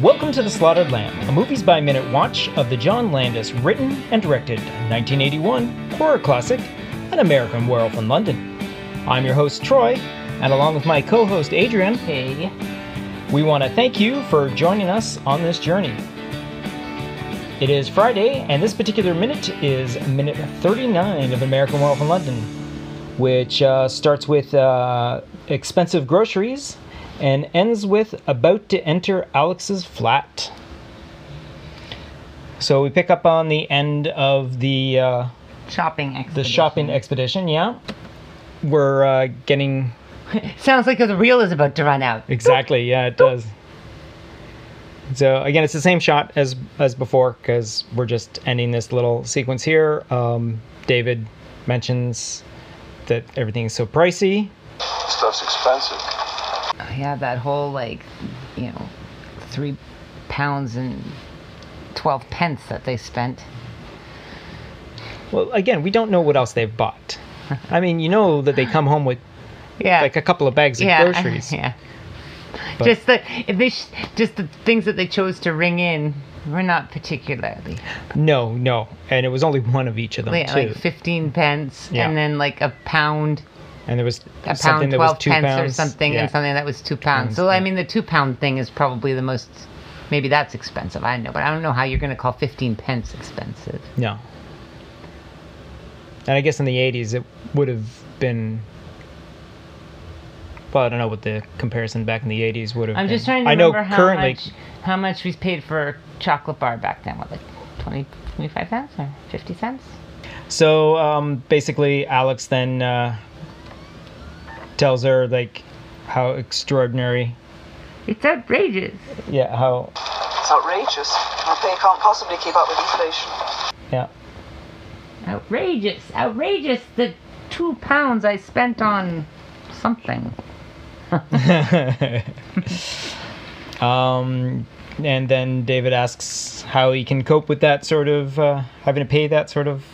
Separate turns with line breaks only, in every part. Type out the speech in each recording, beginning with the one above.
Welcome to The Slaughtered Lamb, a movies by minute watch of the John Landis written and directed 1981 horror classic, An American Werewolf in London. I'm your host, Troy, and along with my co host, Adrian,
Hey.
we want to thank you for joining us on this journey. It is Friday, and this particular minute is minute 39 of American Werewolf in London, which uh, starts with uh, expensive groceries and ends with about to enter Alex's flat. So we pick up on the end of the. Uh,
Shopping expedition.
the shopping expedition, yeah. We're uh, getting
Sounds like the reel is about to run out.
exactly, yeah, it does. So again, it's the same shot as as before because we're just ending this little sequence here. Um, David mentions that everything is so pricey.
Stuff's expensive.
Yeah, that whole like, you know, three pounds and twelve pence that they spent.
Well, again, we don't know what else they've bought. I mean, you know that they come home with
Yeah.
like a couple of bags of
yeah.
groceries.
Yeah.
But-
Just the this, just the things that they chose to ring in were not particularly.
No, no, and it was only one of each of them
Yeah,
too.
like fifteen pence,
Yeah.
and then like a pound,
and there was
a
something
pound
that was
twelve
two
pence
pounds
or something,
Yeah.
and something that was two pounds. So I mean, the two pound thing is probably the most. Maybe that's expensive. I don't know, but I don't know how you're going to call fifteen pence expensive.
No. And I guess in the 80s it would have been. Well, I don't know what the comparison back in the 80s would have
I'm
been.
just trying to
I know
remember how
currently.
much how much we paid for a chocolate bar back then. What, like 20, 25 cents or 50 cents?
So um, basically, Alex then uh, tells her, like, how extraordinary.
It's outrageous.
Yeah, how.
It's outrageous. Our pay can't possibly keep up with inflation.
Yeah.
Outrageous. Outrageous. The two pounds I spent on something.
um, and then David asks how he can cope with that sort of uh, having to pay that sort of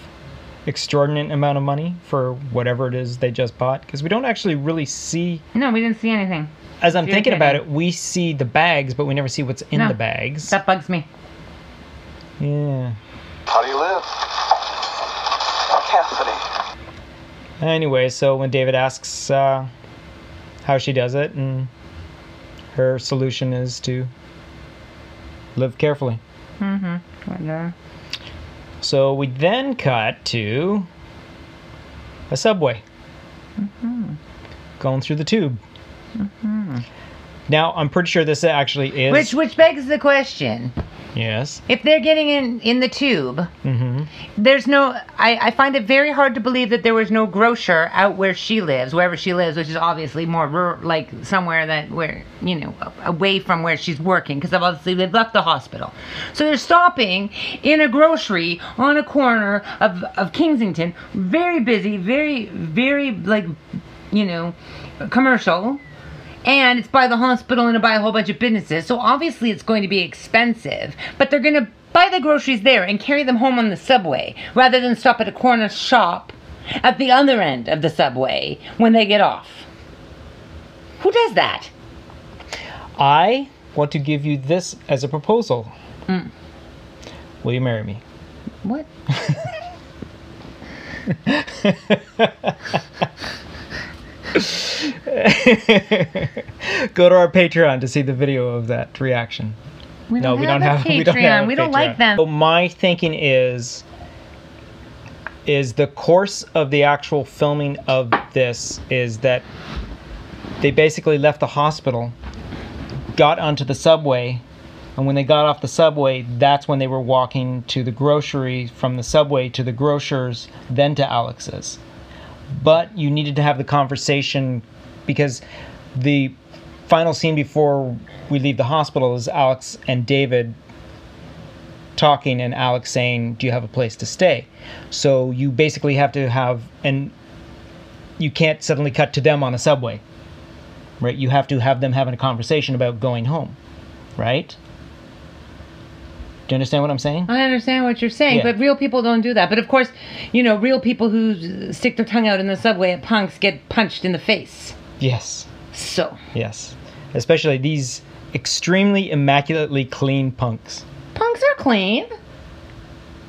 extraordinary amount of money for whatever it is they just bought because we don't actually really see
No, we didn't see anything.
as i'm
You're
thinking about it
kidding.
we see the bags but we never see what's in
No.
the bags
That bugs me.
yeah
How do you live?
Carefully.
anyway so when david asks uh, how she does it and her solution is to live carefully
Whatever.
So we then cut to a subway going through the tube. Now I'm pretty sure this actually is
Which which begs the question:
yes.
If they're getting in in the tube,
hmm
there's no I, I find it very hard to believe that there was no grocer out where she lives wherever she lives which is obviously more rural, like somewhere that where you know a- away from where she's working because obviously they've left the hospital so they're stopping in a grocery on a corner of of kensington very busy very very like you know commercial and it's by the hospital and by a whole bunch of businesses. So obviously it's going to be expensive, but they're going to buy the groceries there and carry them home on the subway rather than stop at a corner shop at the other end of the subway when they get off. Who does that?
I want to give you this as a proposal. Will you marry me?
What?
Go to our Patreon to see the video of that reaction.
We
No,
don't
we
have
don't
a
have
Patreon.
we don't have a Patreon.
like them.
So my thinking is is the course of the actual filming of this is that they basically left the hospital, got onto the subway, and when they got off the subway, that's when they were walking to the grocery from the subway to the grocers, then to Alex's. But you needed to have the conversation because the final scene before we leave the hospital is Alex and David talking and Alex saying, "Do you have a place to stay?" So you basically have to have and you can't suddenly cut to them on a subway. Right? You have to have them having a conversation about going home. Right? Do you understand what I'm saying?
I understand what you're saying,
Yeah.
but real people don't do that. But of course, you know, real people who stick their tongue out in the subway at punks get punched in the face.
Yes.
So,
Yes. especially these extremely immaculately clean punks.
Punks are clean.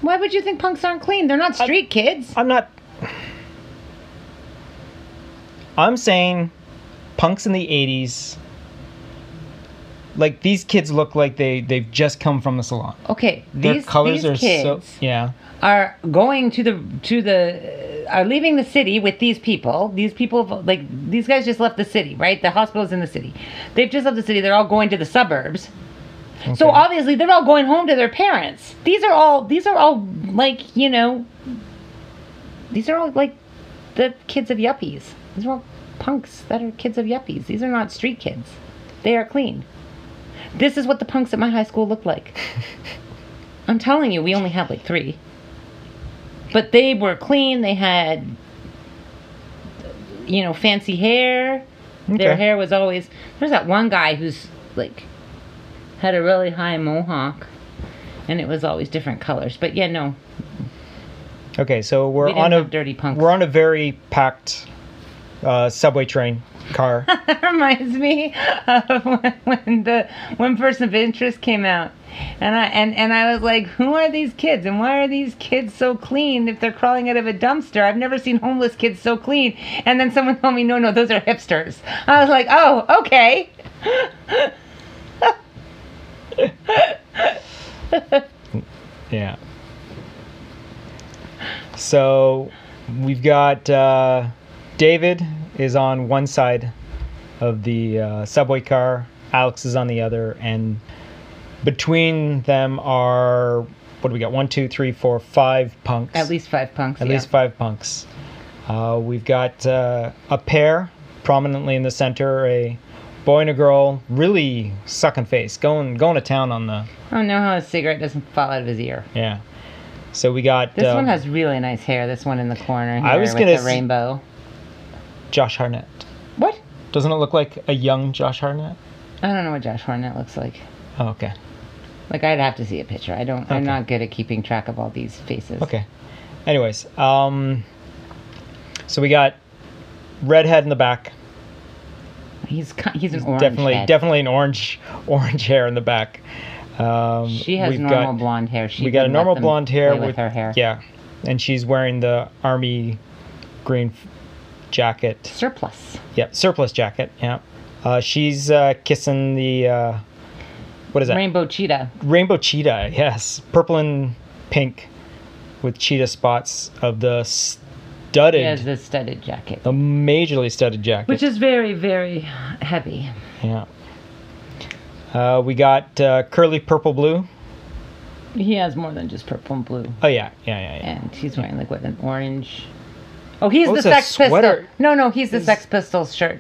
Why would you think punks aren't clean? They're not street kids.
I'm not. I'm saying punks in the 80s. Like these kids look like they they've just come from the salon.
Okay,
Their
these
colors
these
are
kids
so yeah.
are going to the to the are leaving the city with these people. These people like these guys just left the city, right? The hospital's in the city. They've just left the city. They're all going to the suburbs. So
Okay.
obviously they're all going home to their parents. These are all these are all like, you know, these are all like the kids of yuppies. These are all punks that are kids of yuppies. These are not street kids. They are clean. This is what the punks at my high school looked like. I'm telling you, we only had like three. But they were clean. They had, you know, fancy hair. Their
Okay.
hair was always. There's that one guy who's like had a really high mohawk, and it was always different colors. But yeah, no,
Okay, so we're
We didn't
on a
have dirty punks.
We're on a very packed uh, subway train car.
that reminds me of when, when the when Person of Interest came out, and I and, and I was like, who are these kids, and why are these kids so clean if they're crawling out of a dumpster? I've never seen homeless kids so clean. And then someone told me, no, no, those are hipsters. I was like, oh, okay.
yeah. So we've got uh, David is on one side of the uh, subway car. Alex is on the other, and between them are what do we got? One, two, three, four, five punks.
At least five punks.
At
yeah.
least five punks. Uh, we've got uh, a pair prominently in the center, a boy and a girl, really sucking face, going going to town on the
Oh no, how his cigarette doesn't fall out of his ear.
yeah. So we got
This
um,
one has really nice hair. This one in the corner. Here
I was
with
gonna
the
s-
rainbow.
Josh Harnett.
What?
Doesn't it look like a young Josh Harnett?
I don't know what Josh Hornet looks like.
Oh, okay,
Like I'd have to see a picture. I don't. I'm
Okay.
not good at keeping track of all these faces.
okay. Anyways, um, so we got redhead in the back.
He's ki- he's an orange.
definitely,
head.
definitely an orange, orange hair in the back. Um,
She has
we've
normal
got,
blonde hair. She
we got a
didn't let
normal
them
blonde hair
play with, her hair.
Yeah, and she's wearing the army green f- jacket.
Surplus.
Yep, surplus jacket. Yeah, uh, she's uh, kissing the uh, what is that?
Rainbow cheetah.
Rainbow cheetah. Yes, purple and pink with cheetah spots of the
She has
studded,
this studded jacket,
the majorly studded jacket.
which is very very heavy.
yeah. Uh, we got uh, curly purple blue.
He has more than just purple and blue,
Oh yeah, yeah, yeah, yeah.
and he's wearing like what an orange. Oh, he's
Oh,
the
it's a
Sex Pistol.
sweater.
No, no, he's the Sex Pistols shirt.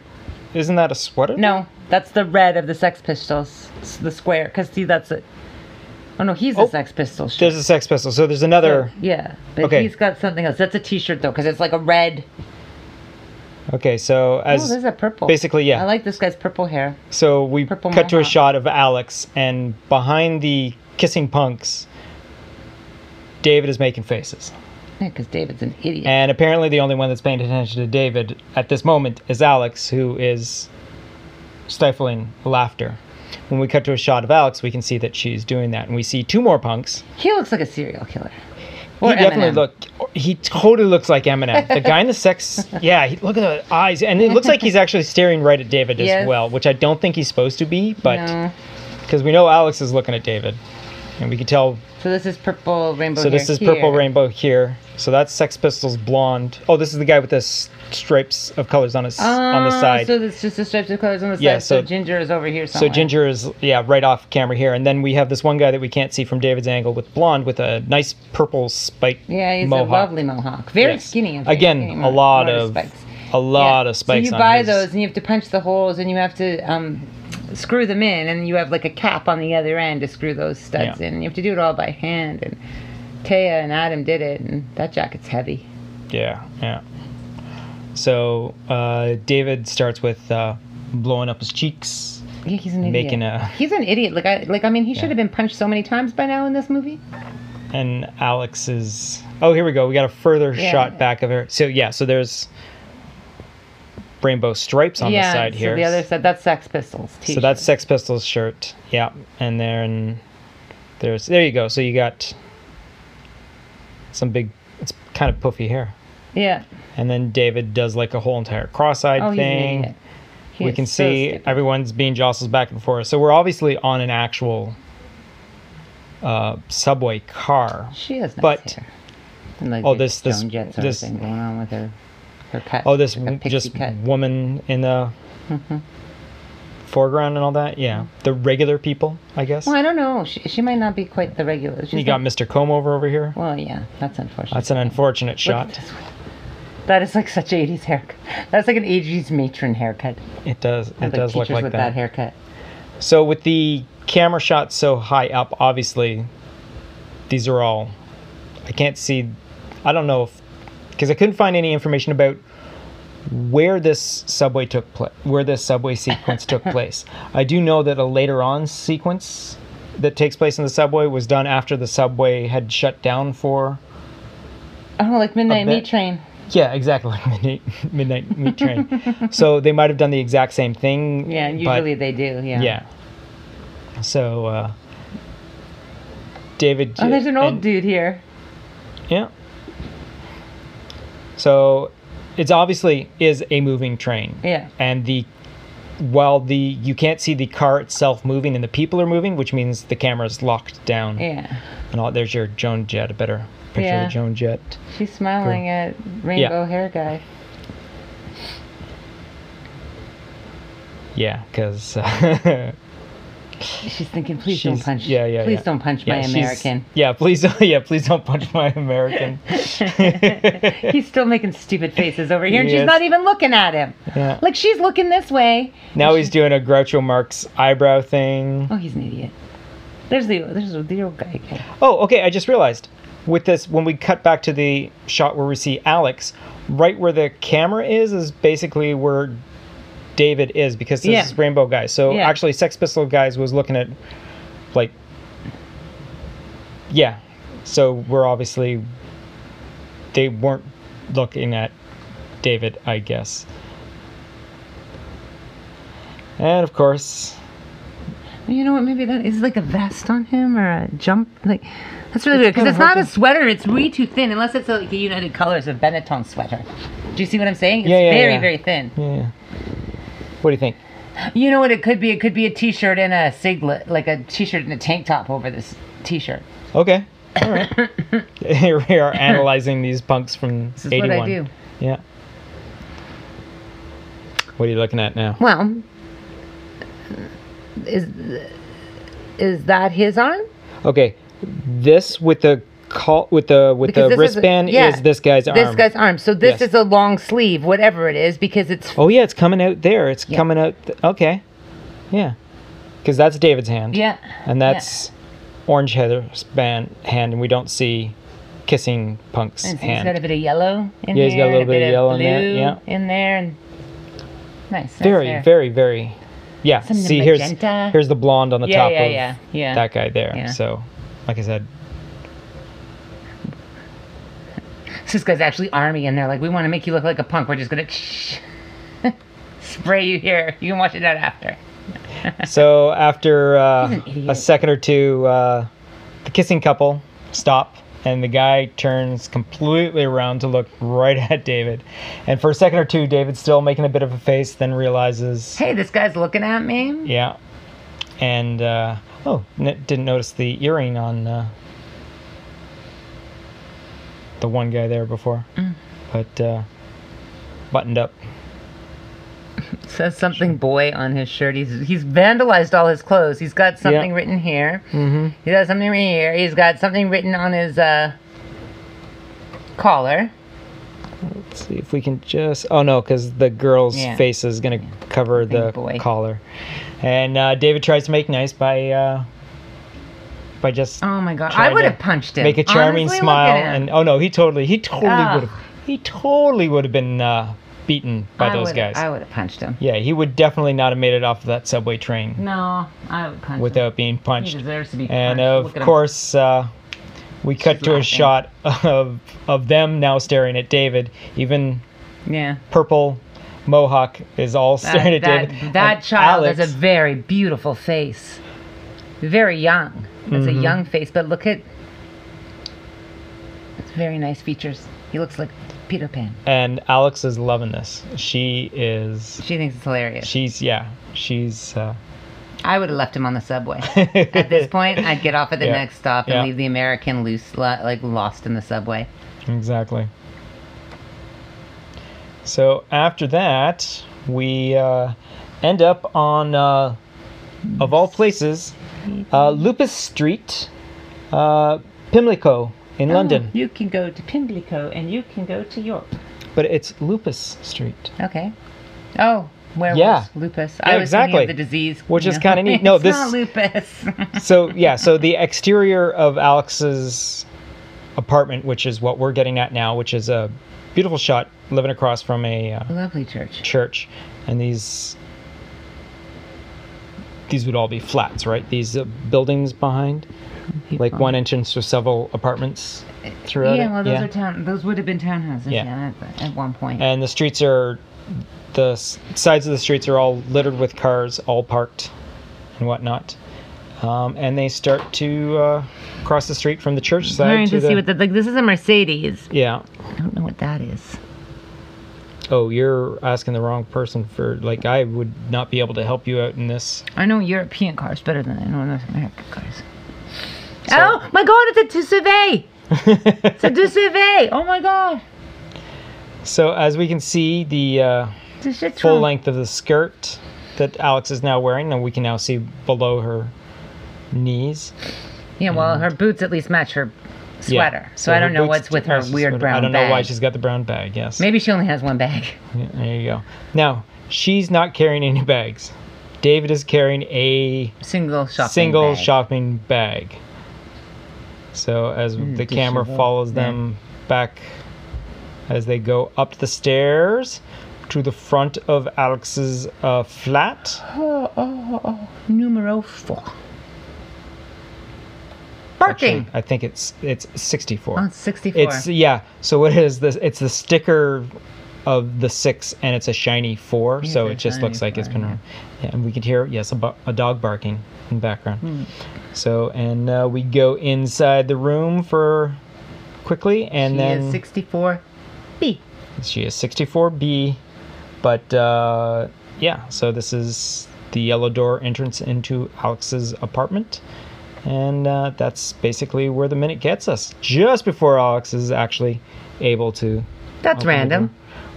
Isn't that a sweater?
No, that's the red of the Sex Pistols, s- the square. Cause see, that's it. Oh no, he's
Oh,
the Sex Pistols shirt.
There's a Sex Pistol. So there's another.
Yeah, but
Okay.
he's got something else. That's a T-shirt though, because it's like a red.
Okay, so
Oh,
as
there's a purple.
basically, yeah.
I like this guy's purple hair.
So we cut
Purple
to a
mohawk.
shot of Alex, and behind the kissing punks, David is making faces.
Yeah, because David's an idiot.
And apparently, the only one that's paying attention to David at this moment is Alex, who is stifling laughter. When we cut to a shot of Alex, we can see that she's doing that, and we see two more punks.
He looks like a serial killer.
he
Or
definitely
Eminem.
look. He totally looks like Eminem. The guy in the sex. Yeah, he, look at the eyes, and it looks like he's actually staring right at David as
Yes.
well, which I don't think he's supposed to be, but.
No.
because we know Alex is looking at David, and we can tell.
So this is purple rainbow.
so this
hair
is purple
here.
rainbow here. So that's Sex Pistols blonde. Oh, this is the guy with the s- stripes of colors on his on the
Ah,
side.
So
So,
it's just the stripes of colors on the
Yeah,
side. So,
so-
ginger is over here somewhere.
Ginger is yeah right off camera here, and then we have this one guy that we can't see from David's angle with blonde with a nice purple spike.
Yeah, he's
mohawk.
a lovely mohawk. Very
Yes.
skinny. and very
Again,
skinny
a
mohawk.
lot
of
of
spikes.
a lot
Yeah.
of spikes.
So you
on
buy
his-
those and you have to punch the holes and you have to um, screw them in and you have like a cap on the other end to screw those studs
Yeah.
in. You have to do it all by hand and Taya and Adam did it and that jacket's heavy.
Yeah, yeah. So uh, David starts with uh, blowing up his cheeks.
Yeah, he's an idiot.
Making a-
He's an idiot. Like I like I mean he should have been punched so many times by now in this movie.
and Alex is. Oh, here we go. We got a further
Yeah.
shot back of her. So yeah, so there's rainbow stripes on
yeah,
the side
so
here.
the other side that's Sex Pistols. T-shirt.
so that's Sex Pistols shirt. Yeah, and then there's there you go. So you got some big. It's kind of puffy hair,
yeah.
and then David does like a whole entire cross-eyed
Oh, he's an
thing.
idiot. He
we
is
can
so
see
stupid.
everyone's being jostled back and forth. So we're obviously on an actual uh, subway car.
She has nice
but-
hair. And like
oh,
the
this- this-
Joan Jett sort of
this-
thing going on with her her cut.
Oh, this
her
w-
pixie
just
cut. Mm-hmm.
woman in the foreground and all that. Yeah, the regular people, I guess.
Well, I don't know. She, she might not be quite the regular. She's
You got
not-
Mr. Comb over over here.
Well, yeah, that's unfortunate.
That's an unfortunate
Look,
shot.
That is like such 80s haircut. That's like an 80s matron haircut.
It does. It
Like
does look
teachers
like
with
that.
haircut.
So with the camera shot so high up, obviously, these are all. I can't see. I don't know if because I couldn't find any information about where this subway took place, where this subway sequence took place. I do know that a later on sequence that takes place in the subway was done after the subway had shut down for.
Oh, like Midnight
bit.
Meat Train.
Yeah, exactly. Like midnight, midnight meat train. so they might have done the exact same thing.
Yeah,
but-
usually they do. Yeah.
yeah. So uh, David.
Oh, there's an old
and-
dude here.
Yeah. So it's obviously is a moving train.
Yeah.
And the while the you can't see the car itself moving and the people are moving, which means the camera's locked down.
Yeah.
And all, there's your Joan Jett, a better picture of
Yeah.
the Joan Jett.
She's smiling at Rainbow Hair Guy.
Yeah, because uh,
She's thinking, please
She's-
don't punch.
yeah, yeah,
Please
yeah.
don't punch
yeah,
my
she's-
American.
Yeah, please, don't- yeah, please don't punch my American.
He's still making stupid faces over here, and
Yes.
she's not even looking at him.
Yeah.
Like she's looking this way.
Now he's doing a Groucho Marx eyebrow thing.
Oh, he's an idiot. There's the there's the old guy again.
Oh, okay. I just realized with this when we cut back to the shot where we see Alex, right where the camera is is basically where David is because this
Yeah.
is Rainbow Guys. So
Yeah.
actually, Sex Pistol Guys was looking at like yeah. So we're obviously they weren't looking at David, I guess. And of course,
You know what? Maybe that is like a vest on him or a jump. Like that's really weird because
kinda
it's
hard
not a sweater. It's way too thin unless it's like a United Colors of Benetton sweater. Do you see what I'm saying? It's
Yeah, yeah,
very
yeah.
very thin.
yeah. What do you think?
You know what? It could be. It could be a T-shirt and a singlet, like a T-shirt and a tank top over this T-shirt.
Okay. All right. Here we are analyzing these punks from
This is
81.
what I do.
Yeah. What are you looking at now?
Well, is is that his arm?
Okay. This with the col- with the with
Because
the
this is-
wristband is,
yeah.
this guy's
This
arm.
guy's arm. So this
Yes.
is a long sleeve, whatever it is, because it's
oh yeah, it's coming out there. It's
Yeah.
coming out. Th- okay. Yeah. Cuz that's David's hand.
yeah.
And that's Orange Heather's band hand and we don't see kissing punk's
And so he's
hand.
got a bit of yellow
Yeah,
in there.
he's got a little
and
bit of yellow in
blue
there, yeah.
in there, and nice. nice
very
hair.
very very yeah
Some of the
see here's
magenta.
here's the blonde on the
Yeah,
top
yeah,
of
yeah, yeah.
that guy there
Yeah.
so like i said
So this guy's actually army, and they're like, "We want to make you look like a punk. We're just gonna spray you here. You can wash it out after."
so after uh,
He's an idiot.
a second or two uh, the kissing couple stop and the guy turns completely around to look right at david and for a second or two david's still making a bit of a face then realizes
Hey, this guy's looking at me.
yeah and uh, oh n- didn't notice the earring on uh, the one guy there before
Mm.
but uh, buttoned up
Says something boy on his shirt. He's he's vandalized all his clothes. He's got something written here.
Mm-hmm.
He got something written here. He's got something written on his uh, collar.
Let's see if we can just. Oh no, because the girl's
Yeah.
face is gonna cover the
Big boy.
collar, and uh, David tries to make nice by uh, by just
Oh my god!
Tried
I would
to
have punched him.
make a charming
Honestly, look
smile.
at him.
And oh no, he totally, he totally
Ah.
would have, he totally would have been uh, beaten by
I
those
would-
guys.
I would have punched him.
yeah, he would definitely not have made it off of that subway train
No, I would punch him.
without being
Mm. He
punched.
deserves to be
And
punched.
of
Look at him.
course, uh, we cut
She's
to a
laughing.
shot of of them now staring at David, even
Yeah.
purple mohawk is all staring at
That,
David.
that,
And
that child
Alex,
has a very beautiful face. Very young. It's
Mm-hmm.
a young face, but look at. It's very nice features. He looks like Peter Pan.
and Alex is loving this. She is.
She thinks it's hilarious.
She's yeah. She's. Uh,
I would have left him on the subway. at this point, I'd get off at the
Yeah.
next stop and
Yeah.
leave the American loose, lo- like lost in the subway.
Exactly. So after that, we uh, end up on, uh, of all places, uh, Lupus Street, uh, Pimlico
Oh.
in London.
you can go to Pimlico and you can go to York.
But it's Lupus Street,
Okay. Oh, where
Yeah.
was lupus?
Yeah,
I was thinking
exactly.
of the disease,
Which
you
is
know.
kinda neat. No,
it's
this-
not lupus.
so yeah, so the exterior of Alex's apartment, which is what we're getting at now, which is a beautiful shot living across from a uh,
Lovely church.
church, and these these would all be flats, right? These uh, buildings behind, like
Uh-huh.
one entrance with several apartments throughout.
Yeah,
it.
well, those are town. Those would have been townhouses.
Yeah.
Yeah, at, at one point.
and the streets are the s- sides of the streets are all littered with cars, all parked and whatnot. Um, and they start to uh, cross the street from the church side
Learning
to
to
the
see what the like. This is a Mercedes.
yeah.
I don't know what that is.
Oh, you're asking the wrong person for like I would not be able to help you out in this.
I know European cars better than I know North American cars. Oh my God! It's a Dusuve. it's a Dusuve. Oh my God.
So as we can see, the uh,
It's a shit
full
truck.
length of the skirt that Alex is now wearing, and we can now see below her knees.
Yeah, well, her boots at least match her sweater. So, I
her
don't know
boots
what's with her
match the
weird
sweater.
brown.
I don't know why
bag.
she's got the brown bag. Yes.
Maybe she only has one bag.
Yeah, there you go. Now she's not carrying any bags. David is carrying a
Single shopping.
single
bag.
shopping bag. So as the
Hmm, does she
camera
have-
follows
yeah.
them back as they go up the stairs to the front of Alex's uh, flat.
Oh, oh, oh, numero four. Parking.
Actually, I think it's it's 64.
Oh, it's 64.
It's yeah. So what is this? It's the sticker of the six, and it's a shiny four.
Yeah,
so
it's a
it just looks
shiny
like it's
four,
been. Yeah, and we could hear yes, a, bu- a dog barking in the background.
Hmm.
So and uh, we go inside the room for quickly, and
she
then
is 64. B.
she is sixty-four B. But uh, yeah, so this is the yellow door entrance into Alex's apartment. And uh, that's basically where the minute gets us, just before Alex is actually able to
That's random.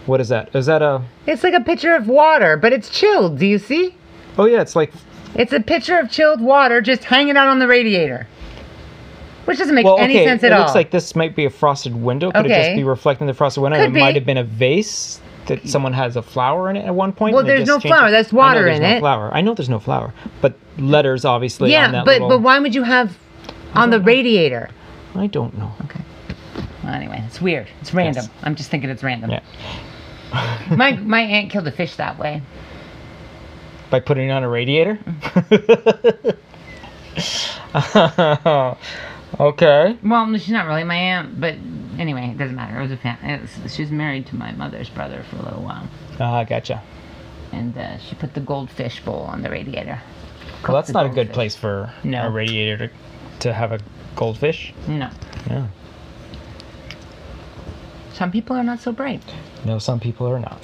what is that? Is that a?
It's like a pitcher of water, but it's chilled. Do you see?
Oh yeah, it's like.
It's a pitcher of chilled water just hanging out on the radiator. Which doesn't make
Well,
any
okay.
sense
it
at all.
looks like this might be a frosted window. Could it just
Okay.
be reflecting the frosted window?
Could
it might
be.
have been a vase that someone has a flower in it at one point.
Well,
and they
there's
just
no
changed
flower. There's
I know
water
there's
in
no
it.
Flower. I know there's no flower, but letters obviously. on
yeah,
that
but,
little-
but why would you have on the radiator?
I don't know.
Well, anyway, it's weird. It's random.
Yes.
I'm just thinking it's random.
Yeah.
my my aunt killed a fish that way.
By putting it on a radiator. okay.
Well, no, she's not really my aunt, but anyway, it doesn't matter. It was a fam- it was, she was married to my mother's brother for a little while,
Ah, gotcha.
and uh, she put the goldfish bowl on the radiator.
Well, that's
the
not a good
goldfish.
place for
No.
a radiator to, to have a goldfish.
No,
Yeah.
some people are not so bright.
No, some people are not.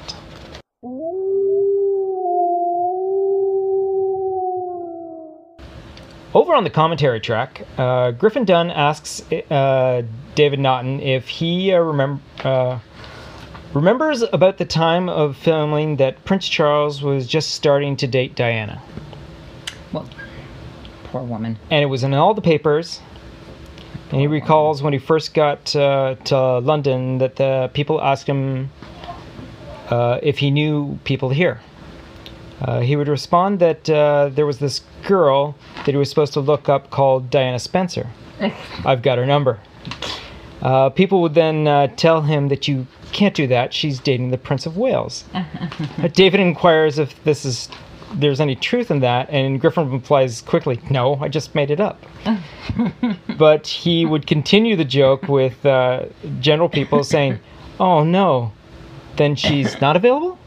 Over on the commentary track, uh, Griffin Dunn asks uh, David Naughton if he uh, remem- uh, remembers about the time of filming that Prince Charles was just starting to date Diana.
Well, poor woman.
And it was in all the papers. And he recalls when he first got uh, to London that the people asked him uh, if he knew people here. Uh, he would respond that uh, there was this girl that he was supposed to look up called Diana Spencer. I've got her number. Uh, people would then uh, tell him that you can't do that. She's dating the Prince of Wales. Uh, David inquires if this is there's any truth in that, and Griffin replies quickly, "No, I just made it up." but he would continue the joke with uh, general people saying, "Oh no, then she's not available."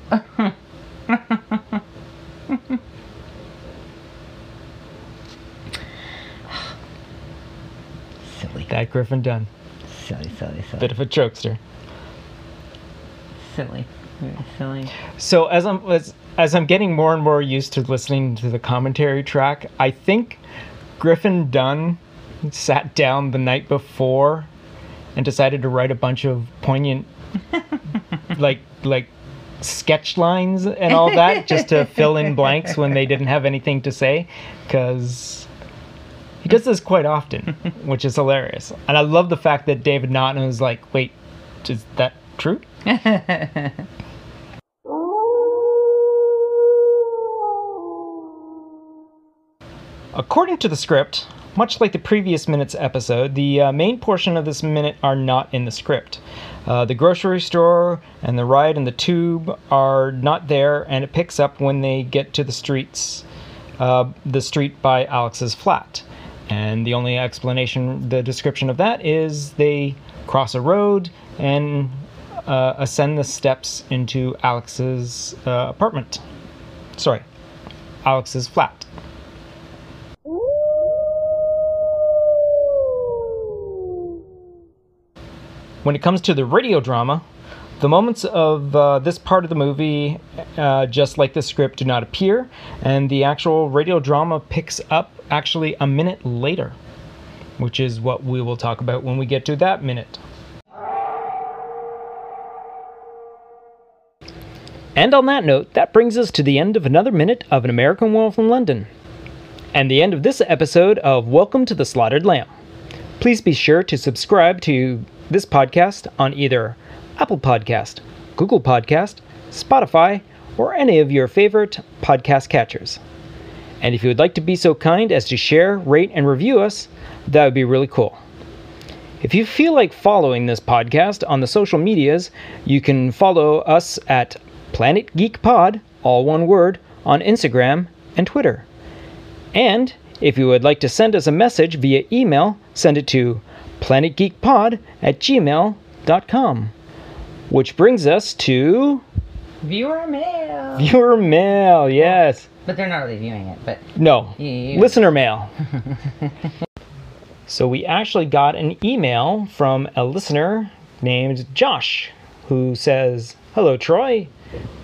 Silly,
That Griffin Dunn.
silly, silly, silly.
Bit of a chokester.
silly. Silly.
So as I'm as, as I'm getting more and more used to listening to the commentary track, I think Griffin Dunn sat down the night before and decided to write a bunch of poignant like like sketch lines and all that just to fill in blanks when they didn't have anything to say cuz he does this quite often, which is hilarious. And I love the fact that David Naughton is like, "Wait, is that true?" According to the script, much like the previous minutes episode, the uh, main portion of this minute are not in the script. Uh, the grocery store and the ride and the tube are not there, and it picks up when they get to the streets, uh, the street by Alex's flat. And the only explanation, the description of that is they cross a road and uh, ascend the steps into Alex's uh, apartment. Sorry, Alex's flat. When it comes to the radio drama, the moments of uh, this part of the movie, uh, just like the script, do not appear, and the actual radio drama picks up actually a minute later, which is what we will talk about when we get to that minute. And on that note, that brings us to the end of another minute of An American Wolf in London, and the end of this episode of Welcome to the Slaughtered Lamb please be sure to subscribe to this podcast on either Apple Podcast, Google Podcast, Spotify, or any of your favorite podcast catchers. And if you would like to be so kind as to share, rate, and review us, that would be really cool. If you feel like following this podcast on the social medias, you can follow us at Planet Geek Pod, all one word, on Instagram and Twitter. And if you would like to send us a message via email, send it to planetgeekpod at gmail.com. Which brings us to
Viewer mail.
viewer mail, yes.
But they're not really viewing it, but
No,
Yeah.
listener mail. so we actually got an email from a listener named Josh who says, Hello, Troy.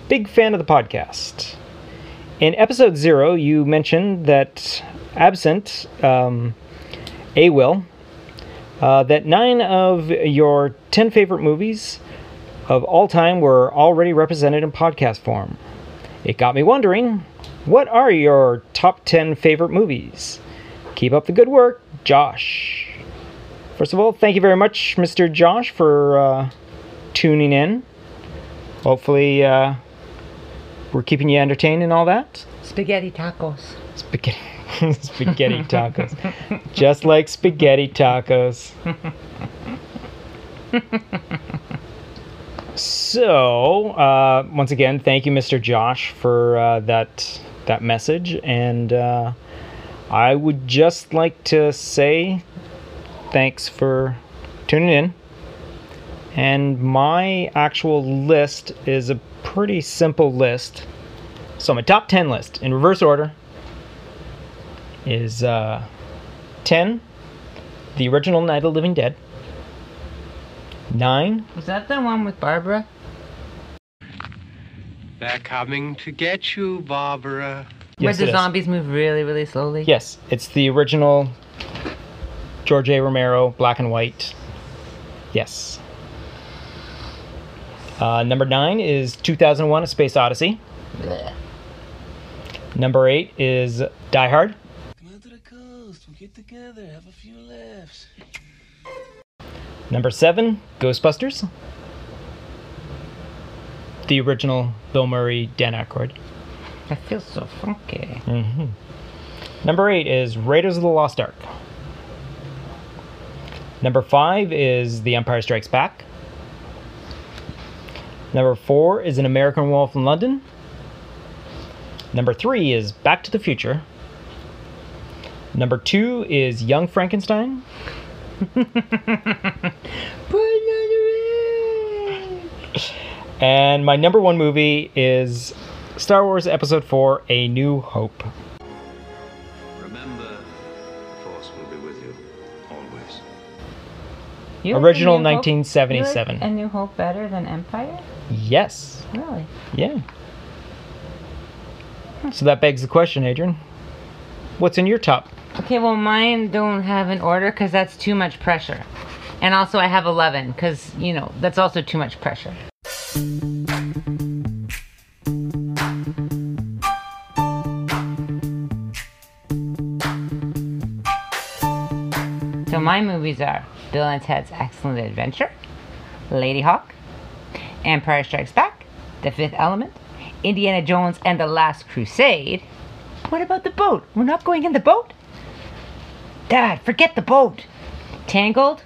Big fan of the podcast. In episode zero, you mentioned that absent um, A Will, uh, that nine of your 10 favorite movies of all time were already represented in podcast form. It got me wondering what are your top 10 favorite movies? Keep up the good work, Josh. First of all, thank you very much, Mr. Josh, for uh, tuning in. Hopefully, uh, we're keeping you entertained and all that.
spaghetti tacos.
Spaghetti, spaghetti tacos. Just like spaghetti tacos. so, uh, once again, thank you, Mr. Josh, for uh, that that message, and uh, I would just like to say thanks for tuning in. And my actual list is a pretty simple list. So my top ten list in reverse order is uh, 10, the original Night of the Living Dead. 9,
Was that the one with Barbara?
They're coming to get you, Barbara.
Where
yes, it
the
is.
zombies move really, really slowly?
Yes, it's the original George A. Romero, black and white. Yes. Uh, number 9 is 2001 A Space Odyssey.
Blech.
Number 8 is Die Hard.
Come out to the coast. We'll get together. Have a few laughs.
Number 7, Ghostbusters. The original Bill Murray, Dan Aykroyd.
That feels so funky.
Mm. Number eight is Raiders of the Lost Ark. Number five is The Empire Strikes Back. Number four is An American Wolf in London. Number three is Back to the Future. Number two is Young Frankenstein.
Put it on the
And my number one movie is Star Wars Episode 4 A New Hope.
Remember, the Force will be with you always.
You like
Original
A New Hope-
1977.
you like A New Hope better than Empire?
Yes.
Really?
Yeah. So that begs the question, Adrian. What's in your top?
Okay, well, mine don't have an order because that's too much pressure. And also, I have 11 because, you know, that's also too much pressure. So, my movies are Bill and Ted's Excellent Adventure, Lady Hawk, Empire Strikes Back, The Fifth Element, Indiana Jones and the Last Crusade. What about the boat? We're not going in the boat? Dad, forget the boat. Tangled,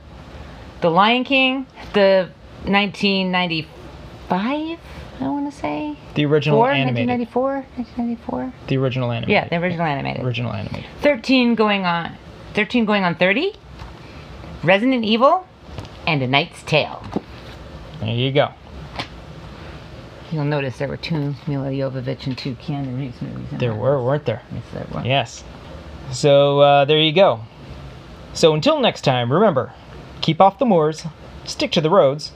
The Lion King, the 1995, I want to say.
The original
Four,
animated.
1994, 1994.
The original animated.
Yeah, the original animated.
Original animated.
13 going on 13 going on 30 resident evil and a knight's tale
There you go.
you'll notice there were two mila jovovich and two keanu reeves movies in
There
that.
were, weren't there?
Yes, there were.
Yes. So uh, there you go. So until next time, remember keep off the moors, stick to the roads.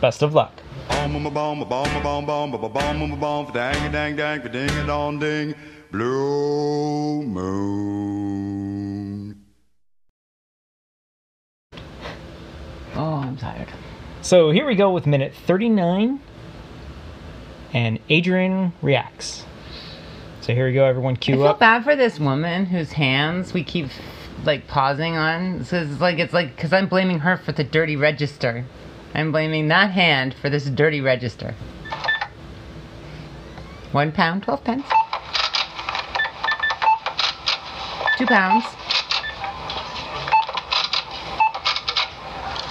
Best of luck.
Bomb a bomb a bomb a bomb bomb a bomb a bomb for dang a dang dang for ding a dong ding blue moon.
oh i'm tired
So here we go with minute 39. And Adrian reacts. So here we go, everyone.
i
Cue
feel
up.
bad for this woman whose hands we keep like pausing on so it's like it's like because i'm blaming her for the dirty register i'm blaming that hand for this dirty register one pound twelve pence two pounds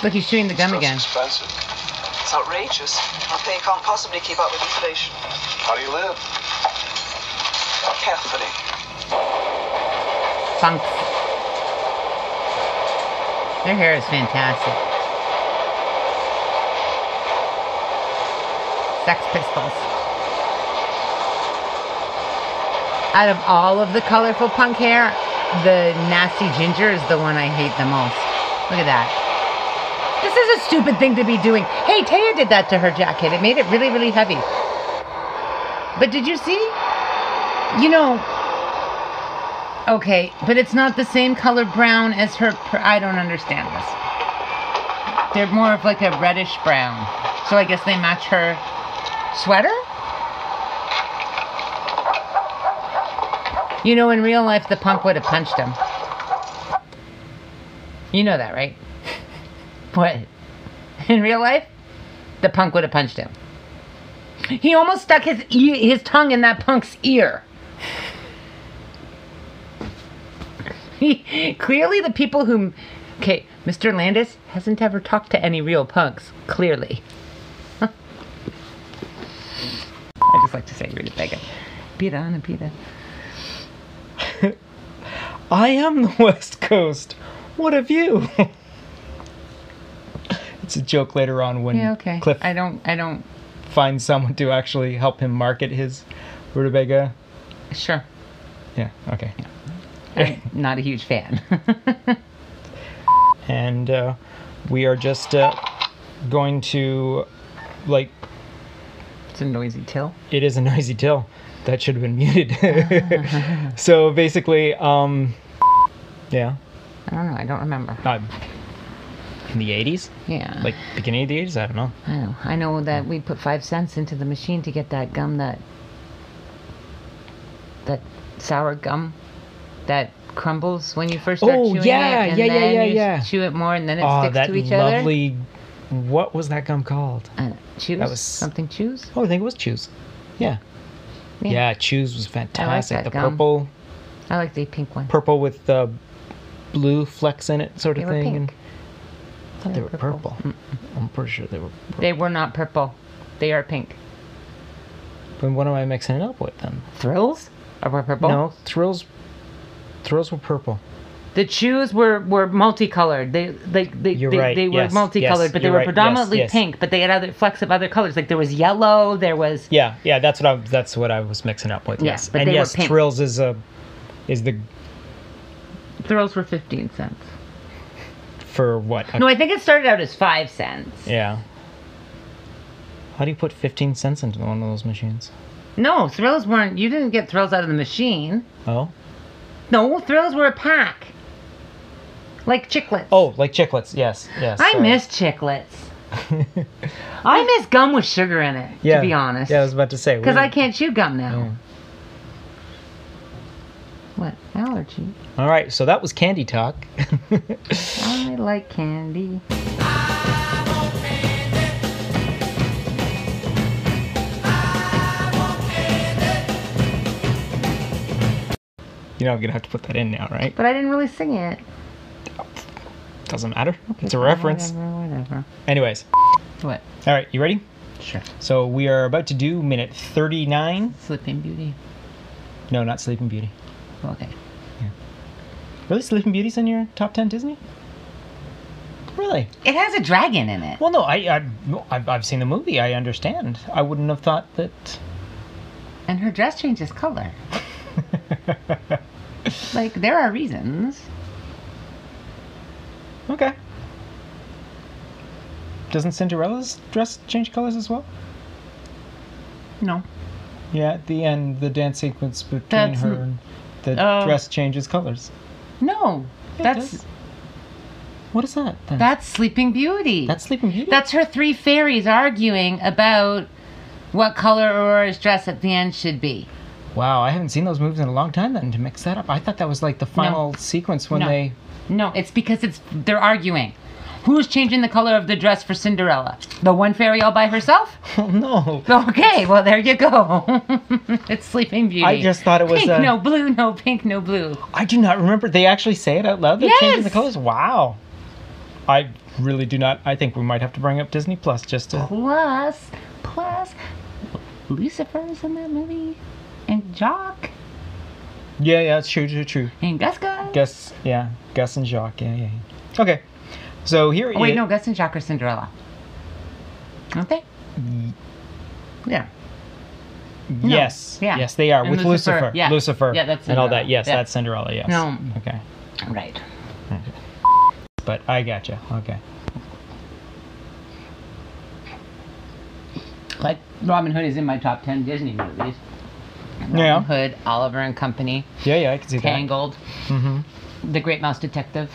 look he's shooting the gun
Stuff's
again
expensive.
It's outrageous. Our pay can't possibly keep up with inflation.
How do you live?
Carefully.
Funk. Their hair is fantastic. Sex Pistols. Out of all of the colorful punk hair, the nasty ginger is the one I hate the most. Look at that. This is a stupid thing to be doing. Hey, Taya did that to her jacket. It made it really, really heavy. But did you see? You know, Okay, but it's not the same color brown as her. Per- I don't understand this. They're more of like a reddish brown. So I guess they match her sweater? You know, in real life, the punk would have punched him. You know that, right? What? In real life, the punk would have punched him. He almost stuck his e- his tongue in that punk's ear. clearly the people who okay mr landis hasn't ever talked to any real punks clearly i just like to say Rita Vega. Pita Ana Pita.
I am the West Coast. What of you? it's a joke later on when
Yeah, okay.
Cliff
I don't I don't
finds someone to actually help him market his rutabaga.
sure.
Yeah, okay.
I'm not a huge fan.
And uh, we are just uh, going to, like,
it's a noisy till.
it is a noisy till. That should have been muted. so basically, um, yeah,
I don't know, I don't remember.
uh, in the 80s,
Yeah.
like beginning of the 80s, I don't know.
I know. I know that we put five cents into the machine to get that gum that that sour gum that crumbles when you first start
Oh,
chewing
yeah,
it. And
yeah, yeah,
then
yeah,
you s-
yeah.
Chew it more and then it
Oh,
sticks
that
to each
lovely. What was that gum called?
other. Uh, chews?
was-
something chews?
Oh, I think it was Chews. Yeah.
Yeah.
Yeah, Chews was fantastic.
that
the
gum.
purple,
I like the pink one.
purple with the blue flecks in it, sort
They
of
were
thing.
pink.
I thought they were purple. I'm pretty sure they were.
They were not purple. They are pink.
Then what am I mixing it up with then?
Thrills? Or were purple?
No, thrills. Thrills were purple.
The shoes were were multicolored. They like they
You're
they,
right.
they were
Yes,
multicolored,
yes,
but they
you're
were
right. Yes,
predominantly
yes.
pink. But they had other flecks of other colors. Like there was yellow. There was
Yeah, yeah, that's what I that's what I was mixing up with.
Yeah,
Yes,
but
and
they were
yes,
pink.
Trills is a is the
thrills were fifteen cents.
for what? A-
No, I think it started out as five cents.
yeah. How do you put fifteen cents into one of those machines?
No, thrills weren't. You didn't get thrills out of the machine.
Oh,
No, thrills were a pack. Like chiclets.
oh, like chiclets. Yes, yes.
I
sorry.
miss chiclets. I miss gum with sugar in it.
Yeah,
to be honest.
Yeah, I was about to say
Because
we-
I can't chew gum now. What? Allergy.
All right, so that was candy talk.
I like candy.
You know, I'm gonna have to put that in now, right?
But I didn't really sing it.
Doesn't matter. It's a reference.
Whatever, Oh, whatever.
Anyways,
What?
all right, you ready?
Sure.
So we are about to do minute 39.
Sleeping Beauty.
No, not Sleeping Beauty.
Okay.
Really, Sleeping Beauty's in your top 10 Disney? Really?
It has a dragon in it.
Well, no, I, I no, I've, I've seen the movie. I understand. I wouldn't have thought that.
And her dress changes color. like, there are reasons.
Okay. Doesn't Cinderella's dress change colors as well?
No.
Yeah, at the end, the dance sequence between
That's
her
n-
and the
Oh.
dress changes colors.
No.
Yeah, it
That's
does. What is that? Then?
that's Sleeping Beauty.
That's Sleeping Beauty.
That's her three fairies arguing about what color Aurora's dress at the end should be.
Wow, I haven't seen those movies in a long time. Then to mix that up, I thought that was like the final sequence when
No.
they.
No, it's because it's they're arguing. Who's changing the color of the dress for Cinderella? The one fairy all by herself?
Oh no.
Okay, well there you go. it's Sleeping Beauty.
I just thought it was,
pink,
uh,
no blue, no pink, no blue.
I do not remember. They actually say it out loud. They're changing the
Yes!
colors. Wow. I really do not. I think we might have to bring up Disney Plus just
Oh.
to.
Plus, plus, Lucifer's in that movie, and Jock,
Yeah, yeah, it's true, true, true.
and Gus Gus.
Gus, yeah, Gus and Jacques. Yeah, yeah. yeah. Okay. So here.
Oh, wait,
i-
no, Gus and Jock are Cinderella. Aren't they?
Mm.
Yeah.
Yes.
yeah.
Yes, they are
And
with
Lucifer,
Lucifer.
yeah.
Lucifer.
Yeah, that's
and all
Cinderella,
that. Yes,
yeah.
that's Cinderella. Yes.
No.
Okay.
Right.
But I gotcha. Okay.
Like Robin Hood is in my top ten Disney movies. Robin
Yeah.
Hood, Oliver and Company,
Yeah, yeah, I can see that. Mm-hmm.
Tangled, The Great Mouse Detective.